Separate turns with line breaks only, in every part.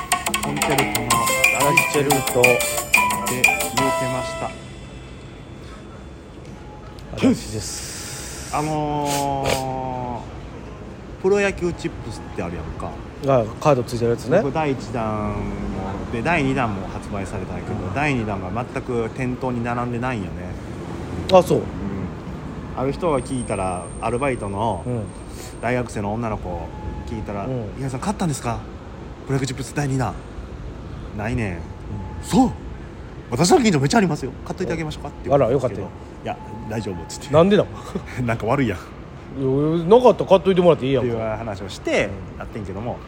チェルトの
ララチェルト
で言うてました
私です
あのー、プロ野球チップスってあるやんか、
がカードついてるやつね
僕第1弾もで第2弾も発売されたんやけど、第2弾が全く店頭に並んでないんよね、
あそう
ある人が聞いたらアルバイトの
うん
大学生の女の子を聞いたら
うん
「伊、原、さん勝ったんですかプロ野球チップス第2弾」「ないねん」そう私の近所めっちゃありますよ買っといてあげましょうかって言われんですけど
あらよ
いや大丈夫っつって
なんでだ
なんか悪いやんっ
余裕なかったら買っといてもらっていいや
て
ん
いう
か
話をしてやってんけども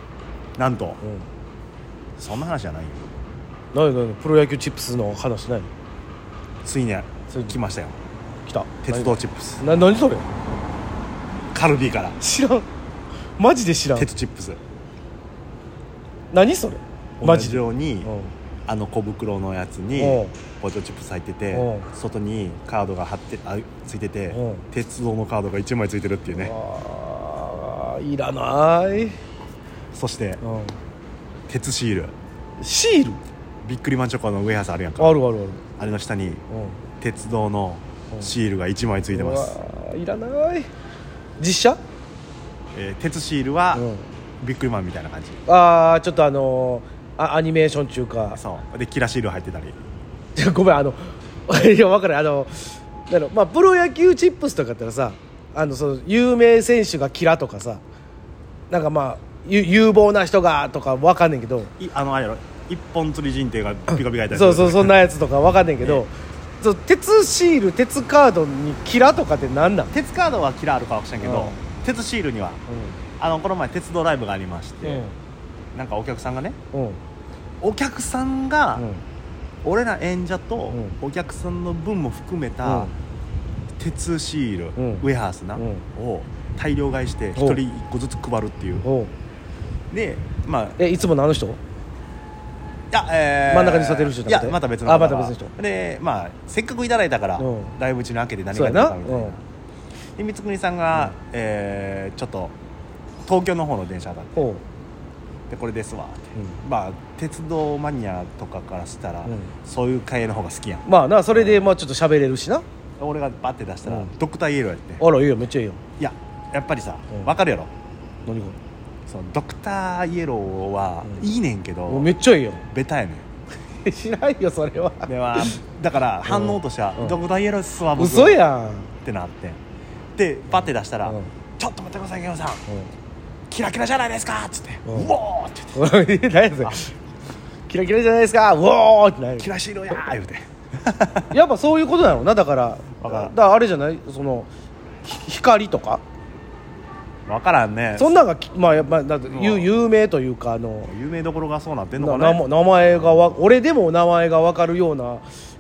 なんと
うん
そんな話じゃないよ
何何プロ野球チップスの話ない
ついに
ついに
来ましたよ
来た
鉄道チップス
な何それ
カルビーから
知らんマジで知らん
鉄チップス
何それ
同
マジ
じ
で
ように
うん
あの小袋のやつに
うん
ポテトチップス入ってて
うん
外にカードが貼ってあついてて
うん
鉄道のカードが1枚ついてるっていうね
あーいらない、うん、
そして鉄シール
シール
ビックリマンチョコのウェハースあるやんか
あるあるある、
あれの下に
うん、
鉄道のシールが1枚ついてます
う、わーいらない実写、
えー鉄シールは
うん、
ビックリマンみたいな感じ
ああちょっとあのーあアニメーション中か
そうでキラシール入ってたり
いやごめんあの いや分からんあのなのまあプロ野球チップスとかやったらさあのその有名選手がキラとかさなんかまあゆ有望な人がとか分かんねんけど
いあのあれやろ一本釣り人定がピカピカ書いたり
そうそうそん
な
なやつとか分かんねんけど、そう鉄シール鉄カードにキラとかってなんなん、うん
鉄カードはキラあるかもしれんけど、
うん
鉄シールにはあのこの前鉄道ライブがありまして、なんかお客さんがね
うんうん
お客さんが、俺ら演者とお客さんの分も含めた、鉄シール、
うん
ウェハースな、
うん
を大量買いして一
お
人一個ずつ配るっていう
おう
でまあい
えいつものあの人
や、えー
真ん中に座ってる人じ
い
ゃなく
や
て
また別の方
あまた別の人
でまあせっかくいただいたから、
うん
ライブ中に開けて何
そう
が
や
出たか
な、う
みたいな、
ん、
で光國さんが、えーちょっと東京の方の電車だって
おう
でこれですわって、まあ鉄道マニアとかからしたら、
うん
そういう会の方が好きやん
まあなそれでまあちょっと喋れるしな
俺がバッて出したら、
うん
ドクターイエローやって
あらいいよめっちゃいいよ
いややっぱりさ、
うん
わかるやろ
何こ
そのドクターイエローは
うん
いいねんけど、
れめっちゃいいよ
ベタやね
知らんよそれは
んではだから反応としては、
うん
ドクターイエローっすわ僕
嘘
っ
や
てなってでバッて出したら、
うん
ちょっと待ってくださいゲオさん
ん
キラキラじゃないですかっつって、う
うん
おーって言って
何やそれキラキラじゃないですかうおーってなる
キラシーロやー言うて
やっぱそういうことなのなだから
わ
だ
からん
からあれじゃないそのひ光とか
分からんね
そんなんがきまあやっぱだって
う
有
ん
有名というかあの
有名どころがそうなってんのかな
な名前名前がわ俺でも名前が分かるような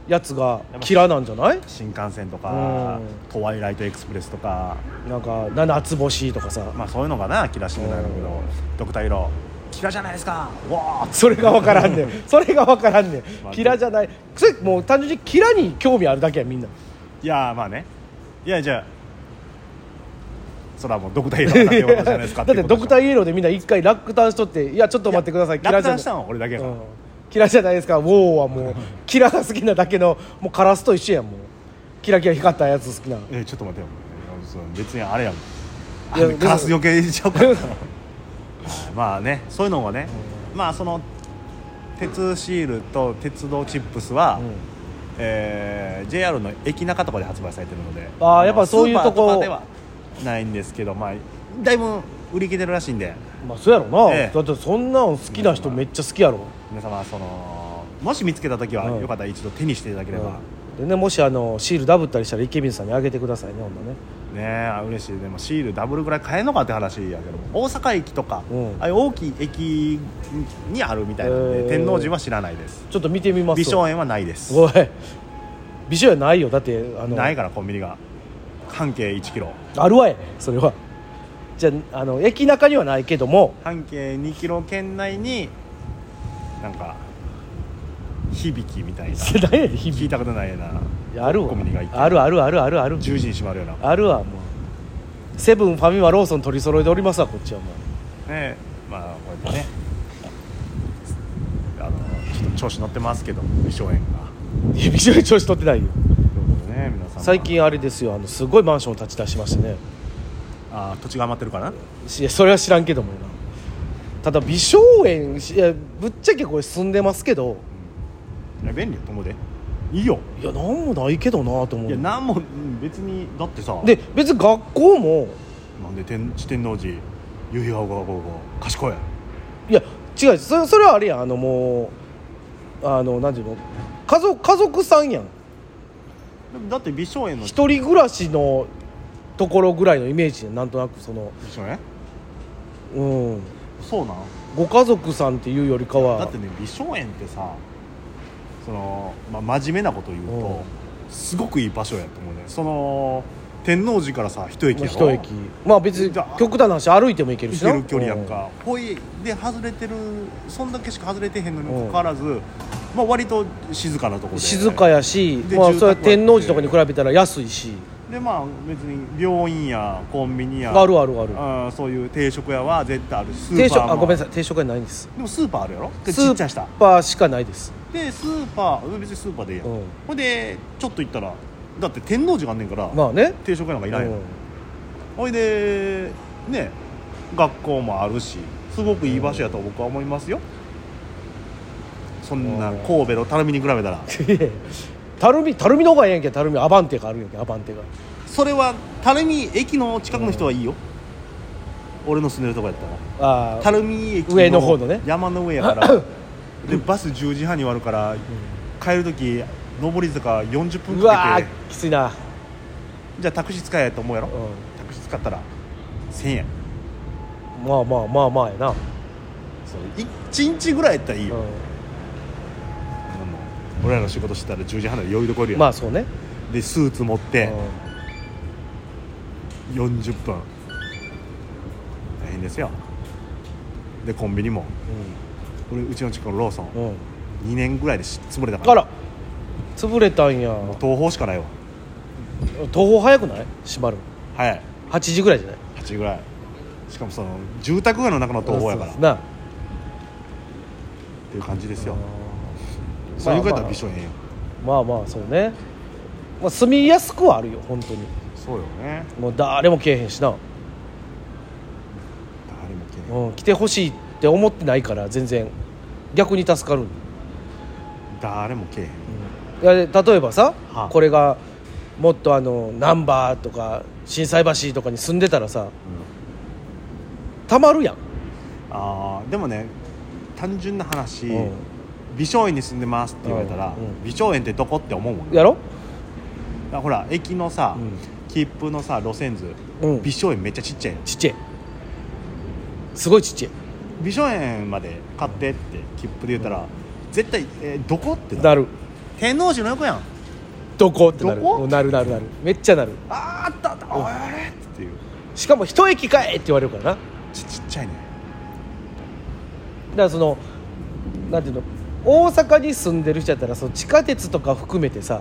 やつがキラなんじゃない
新幹線とか、
うん
トワイライトエクスプレスとか
なんか七つ星とかさ
まあそういうのがなキラシーロなんだけど、ドクターイエローキラじゃないですかうおーっつって
それが分からん ねんそれが分からんねん
まあ
キラじゃないそれもう単純にキラに興味あるだけやみんない
やーまあねいやじゃあそれはもうドクターイエローだけじゃないですか
だってドクタ
ー
ーイエローでみんな一回落胆しとって「いやちょっと待ってくださいキラ
落
じゃ
胆
な
したのは俺だけ
い
や」か
う
ら、
ん「キラじゃないですかウォー」はもうキラが好きなだけのもうカラスと一緒やんもうキラキラ光ったやつ好きな
えちょっと待ってよそう別にあれやもんあ
いや
のカラス
別に
余計にしちゃうから まあねそういうのがね、まあその鉄シールと鉄道チップスは、
う
えー JR の駅中とかで発売されてるので
あーやっぱそういうとこ
スーパーかではないんですけどまあだいぶ売り切れるらしいんで
んまあそうやろな、
ええ
だってそんなん好きな人めっちゃ好きやろ、
皆様そのもし見つけた時は、
うん
よかったら一度手にしていただければ、
でねもしあのシールダブったりしたら池水さんにあげてくださいねほんまね
ねえ嬉しいでもシールダブルぐらい買えんのかって話やけど大阪駅とか、
うん
ああいう大きい駅にあるみたいなんで、
へえ
天王寺は知らないです
ちょっと見てみます
美少園はないです
おい美少やないよだってあの
ないからコンビニが半径1キロ
あるわいそれはじゃああの駅中にはないけども
半径2キロ圏内になんか響きみたいな
世代やで日
聞い
々
たことないような
あるわ
コンビニがいっぱい
あるあるあるあるある
10時に閉まるような、ね
あるわもうセブンファミマローソン取り揃えておりますわこっちはもう
えまあこうやってねあの調子乗ってますけど美少年が
いや美少女調子取ってないよ
ということでね皆さん
最近あれですよあのすごいマンションを立ち出しましてね
あー土地が余ってるから
いやそれは知らんけどもよなただ美少園いやぶっちゃけこれ住んでますけど
いや便利よともでいいよ
いやなんもないけどなと思
いや
う
なんもうん別にだってさ
で別に学校も
なんで天四天王寺夕日が青が青が賢い
いや違うそれそれはあれやんあのもうあの何ていうの家族家族さんやん
だって美少年の
一人暮らしのところぐらいのイメージでなんとなくその
美少年
うん
そうなん
ご家族さんっていうよりかは
だってね美少年ってさその、まあ、真面目なこと言う
う
とすごくいい場所やと思うねその天王寺からさ一駅
まあ
やろ
一駅まあ別に極端な話歩いても行ける
行
し
け
な
る距離やんかほいで外れてるそんだけしか外れてへんのにもかかわらず、まあ、割と静かなとこ
うん
で
静かやし、
で
まあ、
住宅
それは
もあって
天王寺とかに比べたら安いし
でまあ別に病院やコンビニや
あるあるある
あーそういう定食屋は絶対あるしス
定食
も
あごめんなさい定食はないんです
でもスーパーあるやろで
ス
ちっちゃいした
ーパーしかないです
でスーパー別にスーパーでいいやん、
うん
ほんでちょっと行ったらだって天王寺があんねんから、
まあね
定食屋なんかいらんやん、
うん
ほいでね学校もあるしすごくいい場所やと僕は思いますよ、そんな
うん
神戸のたるみに比べたら
いやたるみたるみの方がええやんけたるみアバンテがあるやんけアバンテが
それはたるみ駅の近くの人はいいよ、俺の住んでるとこやったら
ああ
垂水駅
上の方のね
山の上やから でバス10時半に終わるから帰る時上り坂40分
う
か
わ
けて
ーきついな、
じゃあタクシー使えやと思うやろ
う
タクシー使ったら1000円
ん、まあまあまあまあやな、
そう1日ぐらいやったらいいよ、
う
あの俺らの仕事してたら10時半で余裕で来るやん、
ん、まあそうね、
でスーツ持って
う
40分大変ですよでコンビニも俺うちの近くのローソン
んうんうん、
2年ぐらいでし潰れたか
あ
ら
ら潰れたんや
東宝しかないわ
東宝早くない閉まる
早い
8時ぐらいじゃない
8時ぐらいしかもその住宅街の中の東宝やからっ
そうな
ていう感じですよ
うん
そういう方
ま
は
あ
美少年よ
まあまあそうね、まあ、住みやすくはあるよ本当に
そうよね
もう誰も来えへんしな、
誰も来ね
うん、来てほしいって思ってないから全然逆に助かるんで
誰も来えへん
いや例えばさ、
はあ
これがもっとあの難波とか心斎橋とかに住んでたらさたまるやん、
あーでもね単純な話
うん
美少園に住んでますって言われたら
うんうん
美少園ってどこって思うもんね
やろ、
だからほら駅のさ切符のさ路線図
うん、
美少園めっちゃちっちゃいの
ちっちゃいすごいちっちゃ
美少園まで買ってって切符で言ったら絶対えーどこって
い
なる
なる
天王寺の横やん
どこってなる
どこ
うんなるなるなるめっちゃなる
あーあったあったあれっていう
しかも一駅かえって言われるからなだか
ちちっちゃいね
らそのなんていうの大阪に住んでる人やったらその地下鉄とか含めてさ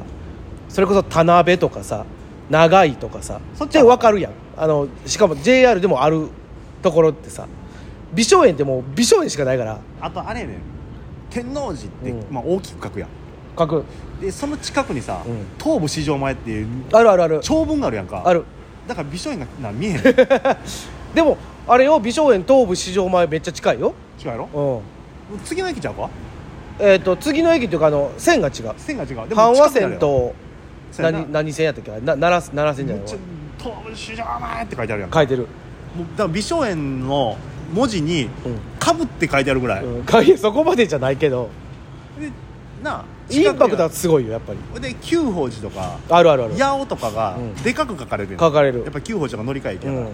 それこそ田辺とかさ長井とかさ
そっち
で
は
分かるやんあのしかも JR でもあるところってさ美少園ってもう美少園しかないから
あとあれやねん天王寺って、
うん
まあ、大きく書くやん
書く
でその近くにさ、
うん
東武市場前っていう
あるあるある
長文があるやんか
ある
だから美少年がな見えへん 違う
でもあれよ美少園東武市場前めっちゃ近いよ
やろ
うん
次の駅ちゃうか
えっ、と次の駅っていうかあの線が違う
線が違う
阪
近
和
くにある
線
やろ
と
そうやな
何何線やったっけな奈良奈良線じゃ
めっ
ない
ちゃ
わ
東武市場前って書いてあるやんか
書いてる、
もうだから美少年の文字に
う
「かぶ」って書いてあるぐらい、
んうん、書いてそこまでじゃないけど
でなあ
インパクトは
近
すごいよやっぱり
くにあるで九宝寺とか
あるあるある
八尾とかが
うん
でかく書かれてる、
書かれる
やっぱ九宝寺が乗り換え駅
う
やから、
ん